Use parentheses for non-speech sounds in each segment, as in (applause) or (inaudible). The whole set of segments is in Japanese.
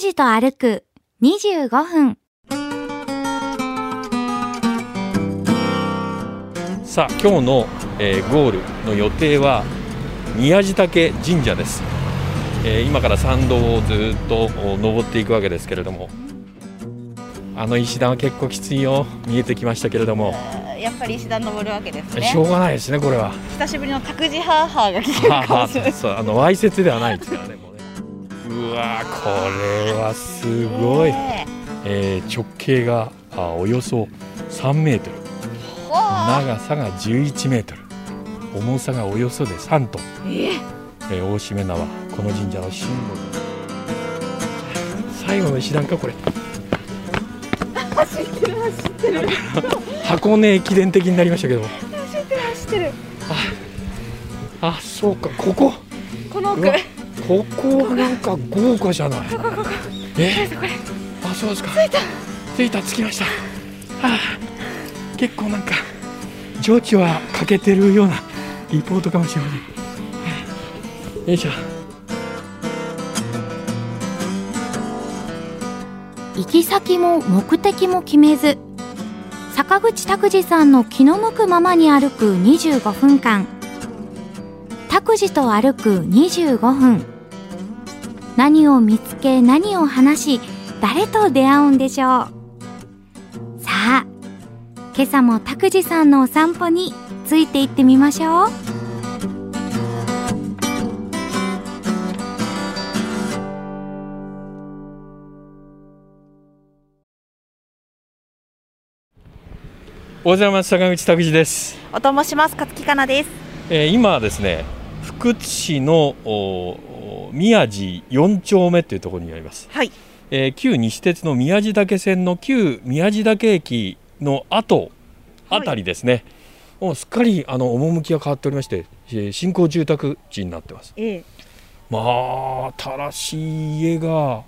事と歩く25分。さあ今日の、えーゴールの予定は宮地嶽神社です、えー今から参道をずっとお登っていくわけですけれどもあの石段は結構きついよ見えてきましたけれども、やっぱり石段登るわけですしょうがないですねこれは久しぶりの託児ハーハーが聞けはあはあそうあのわいせつではないですからねもうねうわーこれはすごい、えー直径があおよそ3メートル長さが11メートル重さがおよそで3トン、えー大しめ縄この神社のシンボル最後の石段かこれ箱根駅伝的になりましたけども走ってるああそうかこここのうわここはなんか豪華じゃないえあそうですか着いた着いた着きました、はあ、結構なんか情緒は欠けてるようなリポートかもしれませんはいよいしょ行き先も目的も決めず、坂口拓司さんの気の向くままに歩く25分間。拓司と歩く25分。何を見つけ、何を話し、誰と出会うんでしょう。さあ、今朝も拓司さんのお散歩について行ってみましょう。おはようございます坂口拓司です、おともします勝木かなですえー今はですね福津市のおお宮地4丁目というところにありますはいえー旧西鉄の宮地岳線の旧宮地岳駅の後はあいたりですね、もうすっかりあの趣が変わっておりまして、えー新興住宅地になってますええまあ新しい家が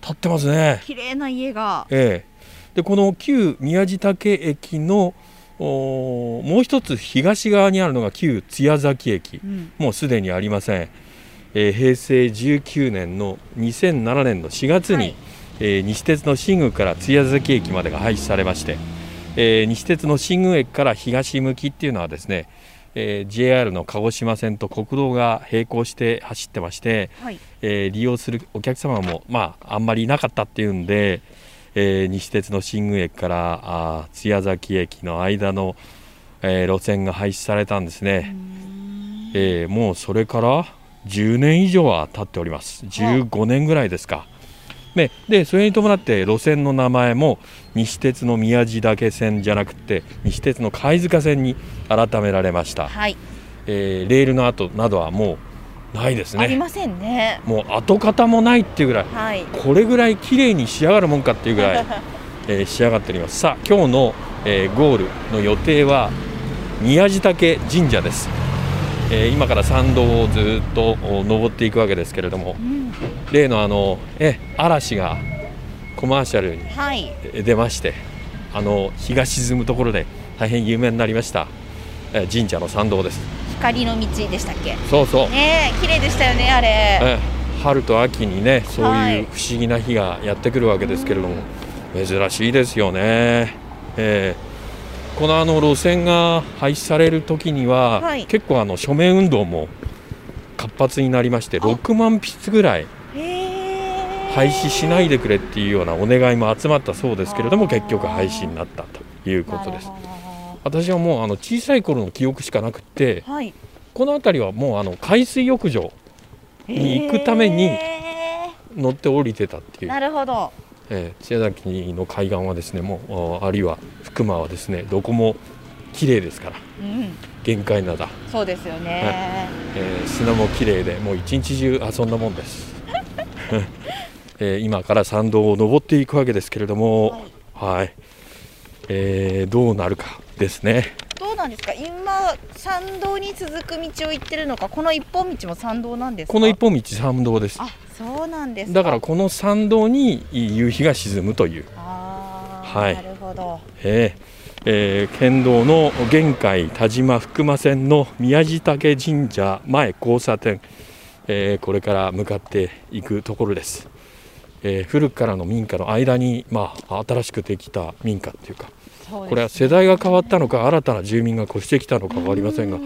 建ってますね綺麗な家がええでこの旧宮地岳駅のおーもう一つ東側にあるのが旧津崎駅うんもうすでにありません、えー平成19年の2007年の4月に、はいえー西鉄の新宮から津屋崎駅までが廃止されまして、えー西鉄の新宮駅から東向きっていうのはですね、えー JR の鹿児島線と国道が並行して走ってまして、はいえー利用するお客様も、まあ、あんまりいなかったっていうんで、えー西鉄の新宮駅からあー津屋崎駅の間の、えー路線が廃止されたんですね、えーもうそれから10年以上は経っております15年ぐらいですか、ね、でそれに伴って路線の名前も西鉄の宮地岳線じゃなくて西鉄の貝塚線に改められました、はい、えーレールの跡などはもうないですありねませんねもう跡形もないっていうぐらいはいこれぐらい綺麗に仕上がるもんかっていうぐ (laughs) らい、えー仕上がっておりますさあ今日の、えーゴールの予定は宮地嶽神社です、えー今から参道をずっとお登っていくわけですけれどもうん例のあのえ嵐がコマーシャルにはいえ出ましてあの日が沈むところで大変有名になりました、えー神社の参道です光の道でしたっけそうそう、ねえ綺麗でしたよねあれええ春と秋にねそうはいうい不思議な日がやってくるわけですけれども、珍しいですよね、ええこのあの路線が廃止される時には、はい結構あの署名運動も活発になりまして6万筆ぐらいへえ廃止しないででくれっていうようなお願いも集まったそうですけれどもあー結局廃止になったということですは私はもうあの小さい頃の記憶しかなくっていこの辺りはもうあの海水浴場に行くためにへ乗って降りてたっていえうなるほどえー、千代崎の海岸はですねもうおあるいは福間はですねどこも綺麗ですからうん限界灘、そうですよねえー砂も綺麗でもう一日中遊んだもんです、 (laughs) えー今から参道を登っていくわけですけれどもはいえーどうなるかですねどうなんですか今参道に続く道を行ってるのかこの一本道も参道なんですかこの一本道参道ですあそうなんですだからこの参道に夕日が沈むというあーはいなるほどえーえー県道の玄界田島福間線の宮地嶽神社前交差点、えーこれから向かっていくところです、えー古くからの民家の間に、まあ、新しくできた民家っていうかそうですこれは世代が変わったのか新たな住民が越してきたのか分かりませんがう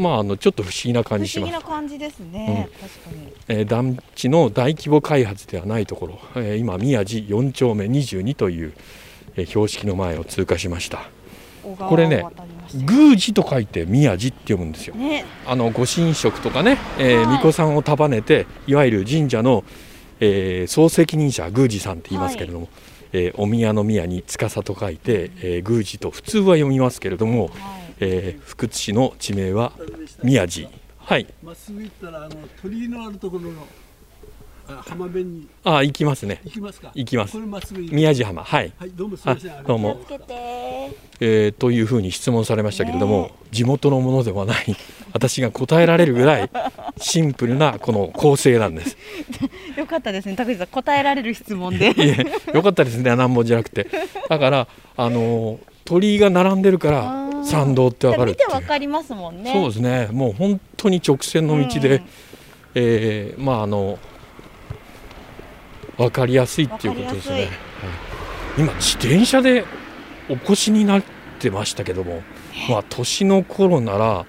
まああのちょっと不思議な不感じし思ま議すな、感じですね、確かにえー団地の大規模開発ではないところ、えー今宮地4丁目22という、えー標識の前を通過しました小川これねを渡りましたよ宮司と書いて宮司って読むんですよねあのご神職とかね、えーはい巫女さんを束ねていわゆる神社の、えー総責任者宮司さんって言いますけれども、えーお宮の宮に司と書いて、えー宮司と普通は読みますけれども、はいえー福津市の地名は宮司はいまっすぐ行ったらあの鳥居のあるところのあ浜辺にあ行きますね行きますか。行きますこれまっすぐ行く宮地浜はい、はいどうもすみません。あどうもあのつけてえーというふうに質問されましたけれども、ね地元のものではない私が答えられるぐらいシンプルなこの構成なんですよかったですね、拓司さん、答えられる質問 (laughs) で。いえよかったですね何本じゃなくてだからあの鳥居が並んでるからあー参道ってわかるっ見ていてうわかりますもんね。そうですねもう本当に直線の道で、うんえーまああの分かりやすいっていうことですね、わかりはやい今自転車でお越しになってましたけどもまあ年の頃なら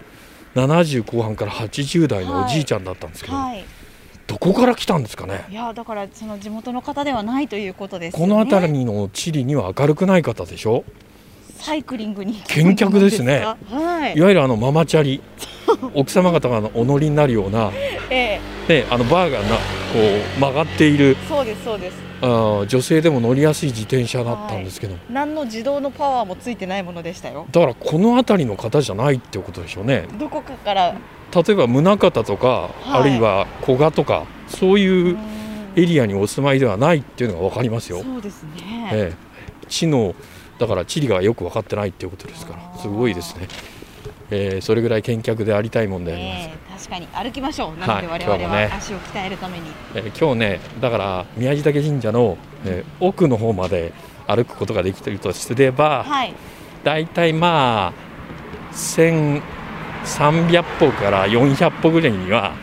70後半から80代のおじいちゃんだったんですけど、はい。どこから来たんですかねいや、だから、その地元の方ではないということです、ね。この辺り。りの地理には明るくない方でしょサイクリングに。見客ですねそうなんですかはいい。わゆるあのママチャリ奥様方があのお乗りになるような、ええね、あのバーがなこう曲がっているそうです、そうです。あー女性でも乗りやすい自転車だったんですけど、何の自動のパワーもついてないものでしたよ。だからこの辺りの方じゃないっていうことでしょうねどこかから。例えば宗像とか、はいあるいは古賀とかそうういうエんリアにお住まいではないっていうのが分かりますよ、そうですね。ええ、地のだから地理がよく分かってないっていうことですかあらーすごいですね、ええそれぐらい見客でありたいもんでありますええ確かに歩きましょう。なのではい我今々日もねは足を鍛えるために。えー今日ねだから宮地嶽神社の、えー奥の方まで歩くことができているとすればはい。大体まあ1300歩から400歩ぐらいには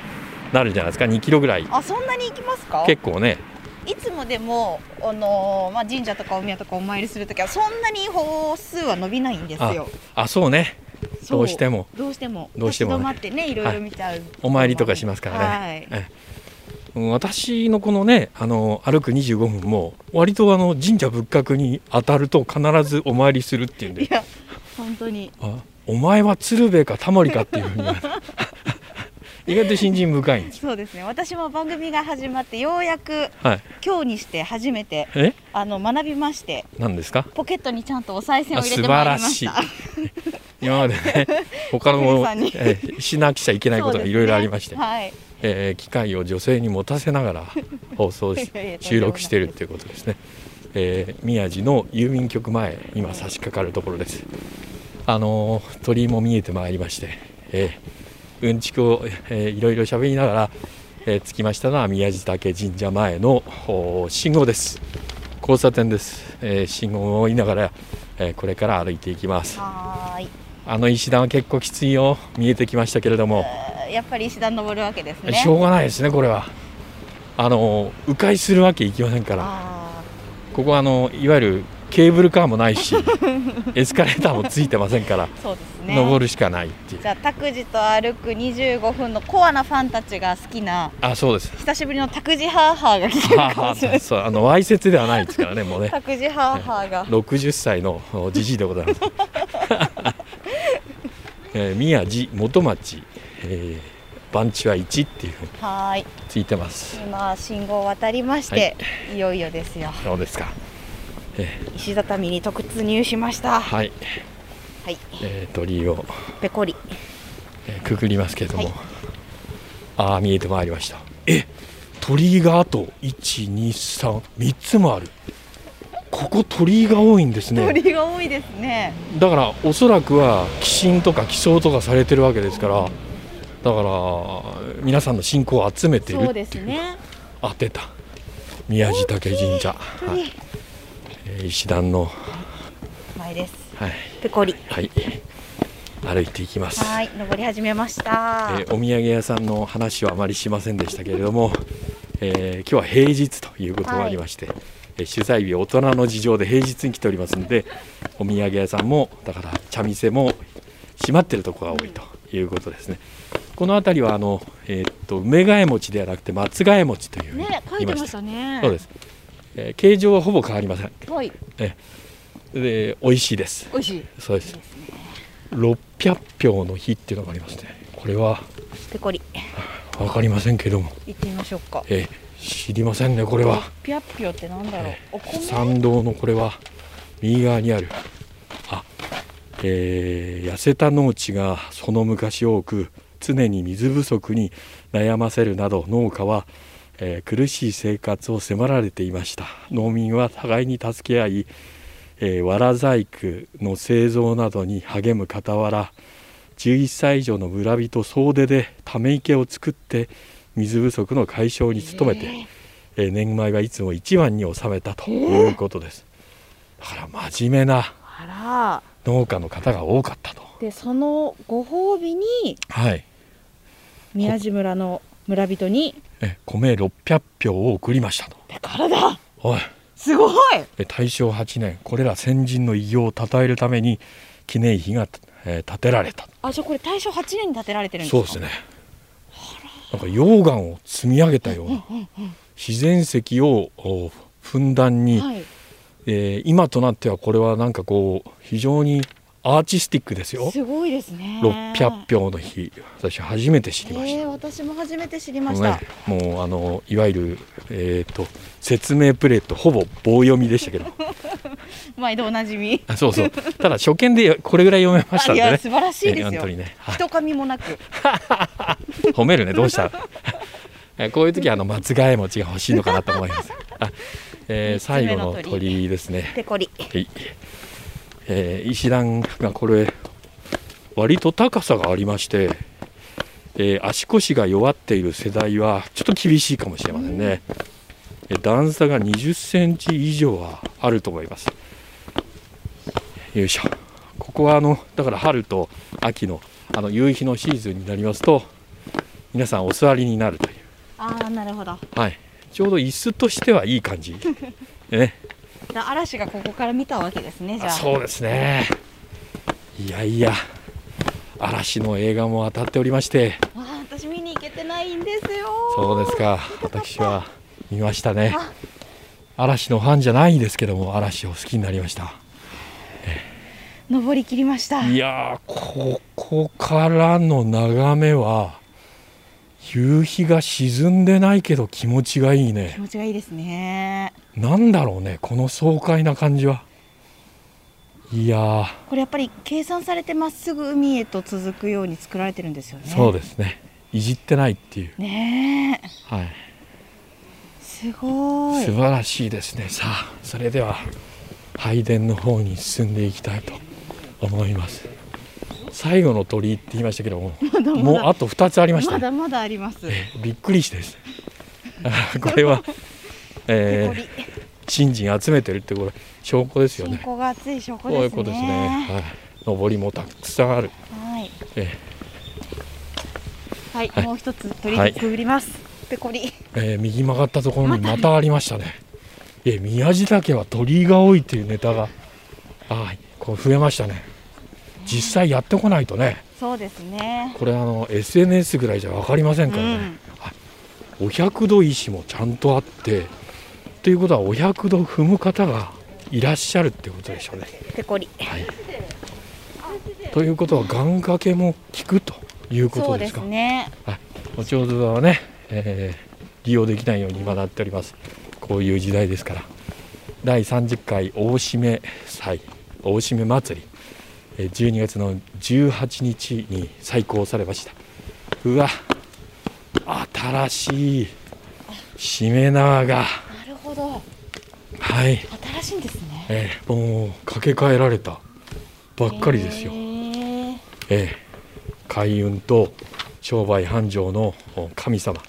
なるじゃないですか2キロぐらいあ、そんなに行きますか。結構ねいつもでも、あのーまあ、神社とかお宮とかお参りするときはそんなに歩数は伸びないんですよ。あそうねそどうしてもどうしてもどうしてもね立ち止まってねいろいろ見ちゃう、お参りとかしますからねはい、うん私のこのねあの歩く25分も割とあの神社仏閣に当たると必ずお参りするっていうんいでや本当にあお前は鶴瓶かタモリかっていうふうに (laughs) 意外と信心深いんですそうですね私も番組が始まってようやくはい。今日にして初めてえ、あの学びまして何ですか？ポケットにちゃんとお賽銭をあ入素れて晴まいりらまししいた。 (laughs) 今までね、他皆のさんにえしなくちゃいけないことがいろいろありまして、そうですねはいえー機会を女性に持たせなが (laughs) ら放送しいやいや収録しているということですね。えー宮地の郵便局前今差し掛かるところです。あのー鳥居も見えてまいりまして、えーうんちくをえーいろいろ喋りながら、えー着きましたのは宮地岳神社前のおー信号です。交差点です、えー信号を追いながら、えーこれから歩いていきますはーいあの石段は結構きついよ見えてきましたけれども、えーやっぱり石段登るわけですねしょうがないですねこれはあのー迂回するわけいきませんからあここはあのいわゆるケーブルカーもない (laughs) しエスカレーターもついてませんから、ーそうですね登るしかないっていうじゃあ拓司と歩く25分のコアなファンたちが好きなあそう (laughs) です久しぶりの拓司ハーハーが来てるはあかはもしれなあ (laughs) いそうあのわいせつではないですからねもう (laughs) ね拓司ハーハーが60歳のおじじいでござい (laughs) ます。えー宮地元町、えー番地は1っていうふうにはーいついてます。今信号を渡りまして、い、よいよですよどうですか。石畳に突入しましたははい、いえー鳥居を、ペコリえーくぐりますけれども、はいああ見えてまいりました。え、鳥居があと1、2、3、3つもある。ここ鳥居が多いんですね。鳥が多いですねだからおそらくは寄神とか寄贈とかされてるわけですからだから皆さんの信仰を集めているそうっですていうね当てた宮地嶽神社、は鳥、いえー石段の、前ですはいペコリはい、歩いていきます、はーい登り始めました、えーお土産屋さんの話はあまりしませんでしたけれども、えー今日は平日ということもありまして、えー取材日大人の事情で平日に来ておりますのでお土産屋さんもだから茶店も閉まってるところが多いということですね。この辺りはあの、えーっと梅替え餅ではなくて松替え餅というふうにね書い言ていままししたたねそうです、えー形状はほぼ変わりませんはいで美味しいです美味しいそうです600票の日っていうのがありますねこれはペコリ分かりませんけども、行ってみましょうかえー知りませんねこれはピャッピョってなんだろうお米参道のこれは右側にあるあえー痩せた農地がその昔多く常に水不足に悩ませるなど農家は、えー苦しい生活を迫られていました農民は互いに助け合い、えーわら細工の製造などに励む傍ら11歳以上の村人総出でため池を作って水不足の解消に努めて、えー年米はいつも一番に収めたということです、だから真面目なあら農家の方が多かったとでそのご褒美にはい宮地村の村人にえ米600票を送りましたとだからだおいすごいえ大正8年これら先人の偉業を称えるために記念碑が、えー建てられたあじゃあこれ大正8年に建てられてるんですかそうですねなんか溶岩を積み上げたような自然石をおふんだんに、はいえー今となってはこれはなんかこう非常にアーティスティックですよすごいですね600票の日私初めて知りましえたー、私も初めて知りまもしうたね、もうあのいわゆる、えー、と説明プレートほぼ棒読みでした (laughs) けど毎度おなじみあそうそうただ初見でこれぐらい読めましたんいでやね素晴らしいでえーす本よ、当にね、はい人髪もなく褒めるねどうした (laughs) らえこういう時はあの松替え餅が欲しいのかなと思います、あえー三つ最後目の鳥の鳥居ですね、ペコリはいえー石段がこれ割と高さがありまして、えー足腰が弱っている世代はちょっと厳しいかもしれませんね、えー段差が20センチ以上はあると思いますよいしょここはあのだから春と秋のあの夕日のシーズンになりますと皆さんお座りになるといああなるほどう、はい、ちょうど椅子としてはいい感じ、ね、だ嵐がここから見たわけですねじあゃあそうですねいやいや嵐の映画も当たっておりましてあー私見に行けてないんですよそうですか私は見ましたね嵐のファンじゃないですけども嵐を好きになりました登り切りましたいやーここからの眺めは夕日が沈んでないけど気持ちがいい気ね持ちがいいですねなんだろうねこの爽快な感じはいやーこれやっぱり計算されてまっすぐ海へと続くように作られてるんですよねそうですねいじってないっていう、ねえはい、すごい素晴らしいですねさあそれでは拝殿の方に進んでいきたいと思います最後の鳥居って言いましたけどももうあと2つありましたまねだまだありますびっくりしてです (laughs) あこれは、えこーり新人集めてるってこれ証拠ですよ信ね仰が厚い証拠こういでうすことですねね、はい、上りもたくさんある、はいえはい、はいもう一つ取はいりくぐります、ペコリーえー右曲がったところにまたありましたねえ宮地岳は鳥居が多いっていうネタがはいこう増えましたね実際やってこないとねそうですねこれあの SNS ぐらいじゃ分かりませんからね、はいお百度石もちゃんとあってということはお百度踏む方がいらっしゃるってことでしょうね。ペコリはい、ということは願掛けも効くというこそとうでですかすねおちょうどはね、えー利用できないように今なっておりますこういう時代ですから第30回大締め祭大締め祭りえー12月の18日に再興されましたうわ新しいしめ縄がなるほどはい、新しいんですねえーもう掛け替えられたばっかりですよ、へーええ開運と商売繁盛のお神様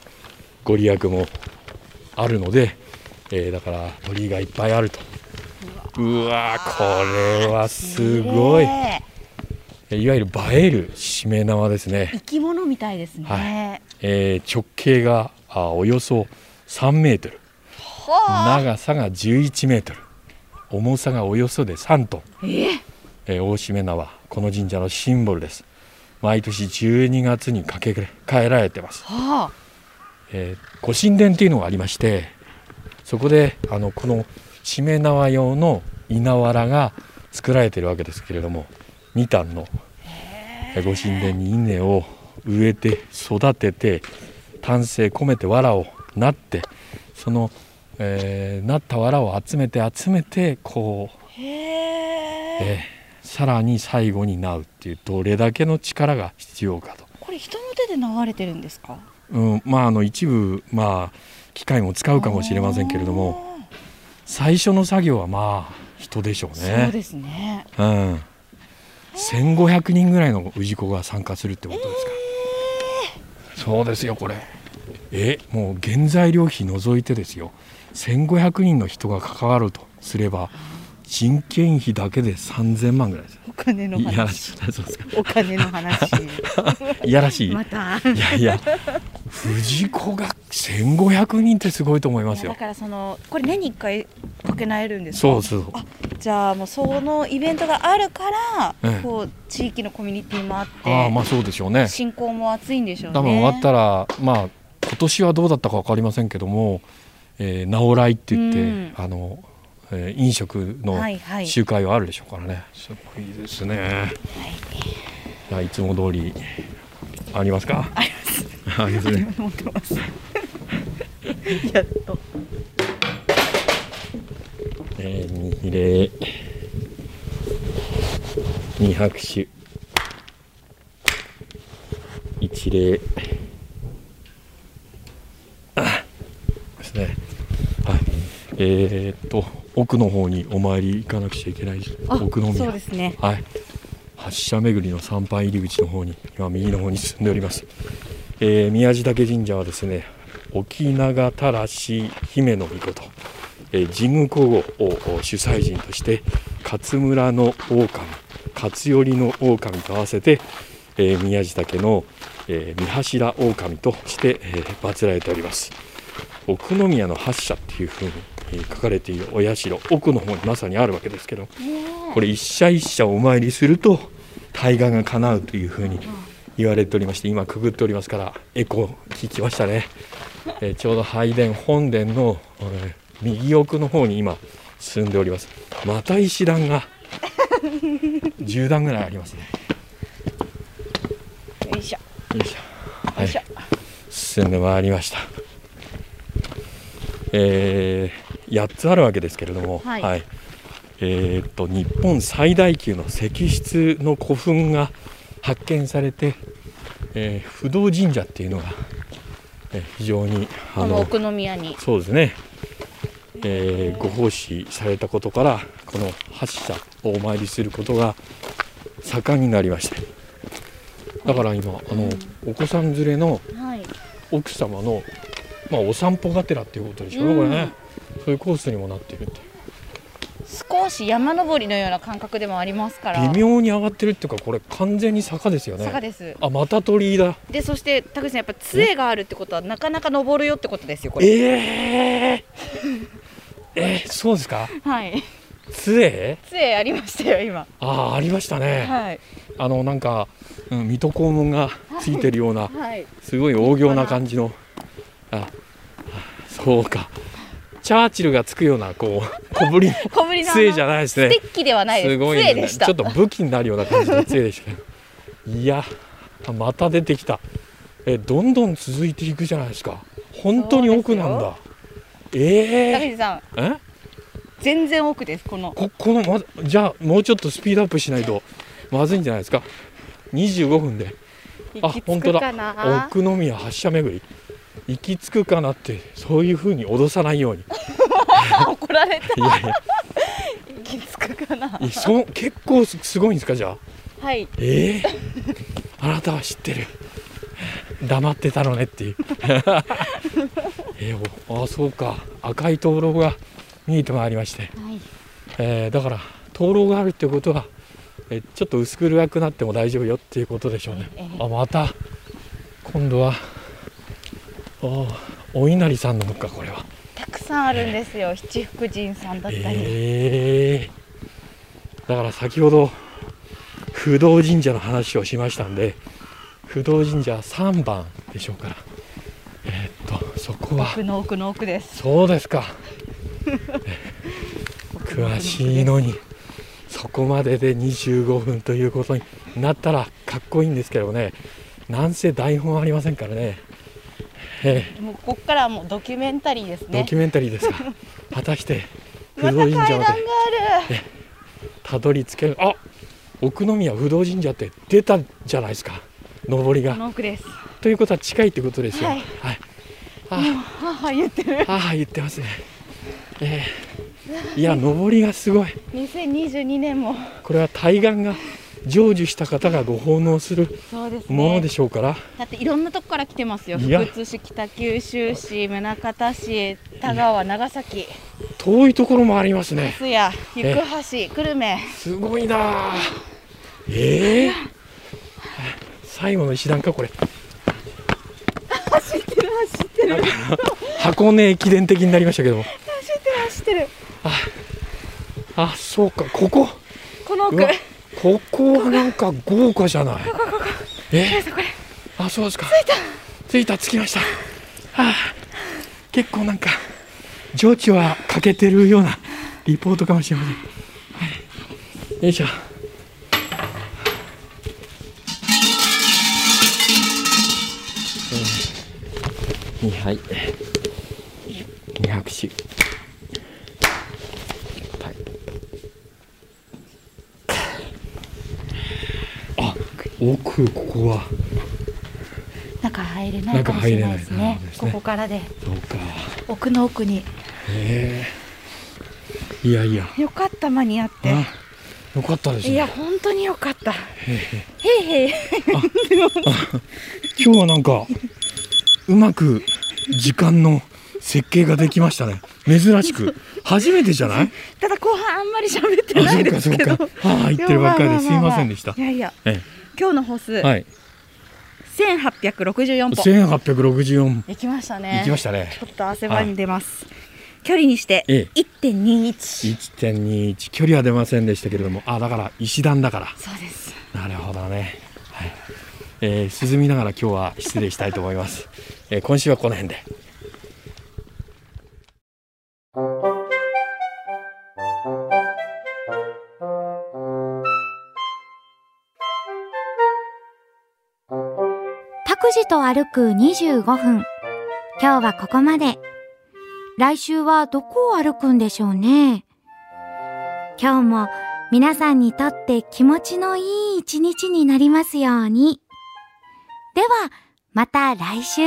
ご利益もあるので、ええだから鳥居がいっぱいあるとうわーこれはすごいねええいわゆる映えるしめ縄ですね、生き物みたいですね、はいええ直径があおよそ3メートルはあ長さが11メートル重さがおよそで3トン、ええー大しめ縄この神社のシンボルです毎年12月にかけ替えられてます、はあえー御神殿っていうのがありましてそこであのこのしめ縄用の稲わらが作られてるわけですけれども2段のえー御神殿に稲を植えて育てて丹精込めて藁をなってその、えーなった藁を集めて集めてこうへええーさらに最後になうっていうどれだけの力が必要かと、これ人の手で流れてるんですかうん、まああの一部まあ機械も使うかもしれませんけれども最初の作業はまあ人でしょうあーそうねですねうん1500人ぐらいの氏子が参加するってことですから、そうですよこれえもう原材料費除いてですよ1500人の人が関わるとすれば人件費だけで3000万ぐらいですお金のいやら話しいそうですかお金の話いやらしい、またいやいや藤子が1500人ってすごいと思い (laughs) ますいやよだからそのこれ年に一回かけなえるんですかそうそうじゃあもうそのイベントがあるから、ええこう地域のコミュニティもあってああまあそうでしょうね信仰も熱いんでしょうね多分終わったら、まあ今年はどうだったか分かりませんけども「えー、直来」って言って、うんあのえー飲食のはいはい集会はあるでしょうからね、すごいですね、い、やいつも通りありますかあります (laughs) ありますね持ってますやっとえー、二比例二拍手一礼あですねはいえー、っと奥の方にお参り行かなくちゃいけないあ奥のそう宮ですねはい発車巡りの参拝入り口の方に今右の方に進んでおります、えー、宮地嶽神社はですね沖永たらし姫の御事、えー神宮皇后を主催人として勝村の狼勝頼の狼と合わせて、えー宮地嶽の、えー、三柱狼として、えー祀られております奥宮の八社っていうふうにえー書かれているお社奥の方にまさにあるわけですけどこれ一社一社お参りすると大願が叶うというふうに言われておりまして今くぐっておりますからエコー聞きましたね、えーちょうど拝殿本殿の、えー右奥の方に今進んでおりますまた石段が10段ぐらいありますねよいしょよいしょはよいしょい進んでまいりましたえー、8つあるわけですけれども、はいえーっと日本最大級の石室の古墳が発見されて、えー不動神社っていうのが、えー非常にこの奥宮にそうですね、えーご奉仕されたことからこの八社をお参りすることが盛んになりましただから今あの、お子さん連れのはい奥様の、まあ、お散歩がてらっていうことでしょうね、うんこれねそういうコースにもなってるっていう少し山登りのような感覚でもありますから微妙に上がってるっていうかこれ完全に坂ですよね坂ですあまた鳥居だでそして田口さんやっぱ杖があるってことはなかなか登るよってことですよこれえー、えー、そうですかはい杖杖ありましたよ今ああありましたね、はいあのなんか、うん、水戸黄門がついてるような、はいすごい大行な感じの、あそうか、チャーチルがつくような、こう、小ぶりの小ぶりのあの杖じゃないですステね。ッキではないですすごい杖ね、でしたちょっと武器になるような感じの杖でしたね。いや、また出てきた。え、どんどん続いていくじゃないですか。本当に奥なんだ。田え口さんー、え全然奥ですこ (laughs) のここのまずじゃあもうちょっとスピードアップしないとまずいんじゃないですか25分であ行き本着当くだかな奥宮発車巡り行き着くかなってそういうふうに脅さないようにあ怒られたいやいや行き着くかないそ結構すすごいんですかじゃあはいええあなたは知ってる黙ってたのねっていうえーおあそうか赤い灯籠が見えてまいりまして、はいえーだから灯籠があるってことは、えーちょっと薄暗くなっても大丈夫よっていうことでしょうね、ええあまた今度はあーお稲荷さんの向かこれはたくさんあるんですよ七福神さんだったり、ええだから先ほど不動神社の話をしましたんで不動神社3番でしょうからえーっとそこは奥の奥の奥ですそうです (laughs) か詳しいのにそこまでで25分ということになったらかっこいいんですけどねなんせ台本ありませんからね、ええもうここからはもうドキュメンタリーですドねキュメンタリーです (laughs) が果たして不また動階神社段まがあでるたどり着けるあ奥宮不動神社って出たじゃないですか上りこがの奥ですということは近いってことですよはいはい、あ母言ってるあああ言ってますねええいや上りがすごい2022年もこれは対岸が成就した方がご奉納するそうですねものでしょうから、だっていろんなとこから来てますよいや福津市北九州市宗像市田川長崎遠いところもありますね須谷行橋久留米すごいなあええ最後の石段かこれ走ってる走ってる箱根駅伝的になりましたけども走ってる走ってるあそうかこここの奥うわここはなんか豪華じゃないえあそうですか着いた着いた着きました、はあ、結構なんか情緒は欠けてるようなリポートかもしれません、はい、よいしょ2杯200種はいあ奥ここは中入れないかもしれないです中入れないかねもですこねこからでそうか奥の奥にへえいやいやよかった間に合ってあよかったですいやね本当によかったへいへい今日はなんかうまく時間の設計ができましたね珍しく初めてじゃないただ後半あんまり喋ってあなそいうでかすそうけかどはあ言ってるばっかりですいませんでしたいやいやえ今日の歩数えはい1864歩1864行きましたね行きましたねちょっと汗ばんでます距離にしてええ1.21 1.21距離は出ませんでしたけれどもあだから石段だからそうですなるほどね。はい。えー、涼みながら今日は失礼したいと思います。えー、今週はこの辺で。タクジと歩く25分。今日はここまで。来週はどこを歩くんでしょうね。今日も皆さんにとって気持ちのいい一日になりますように。では、また来週。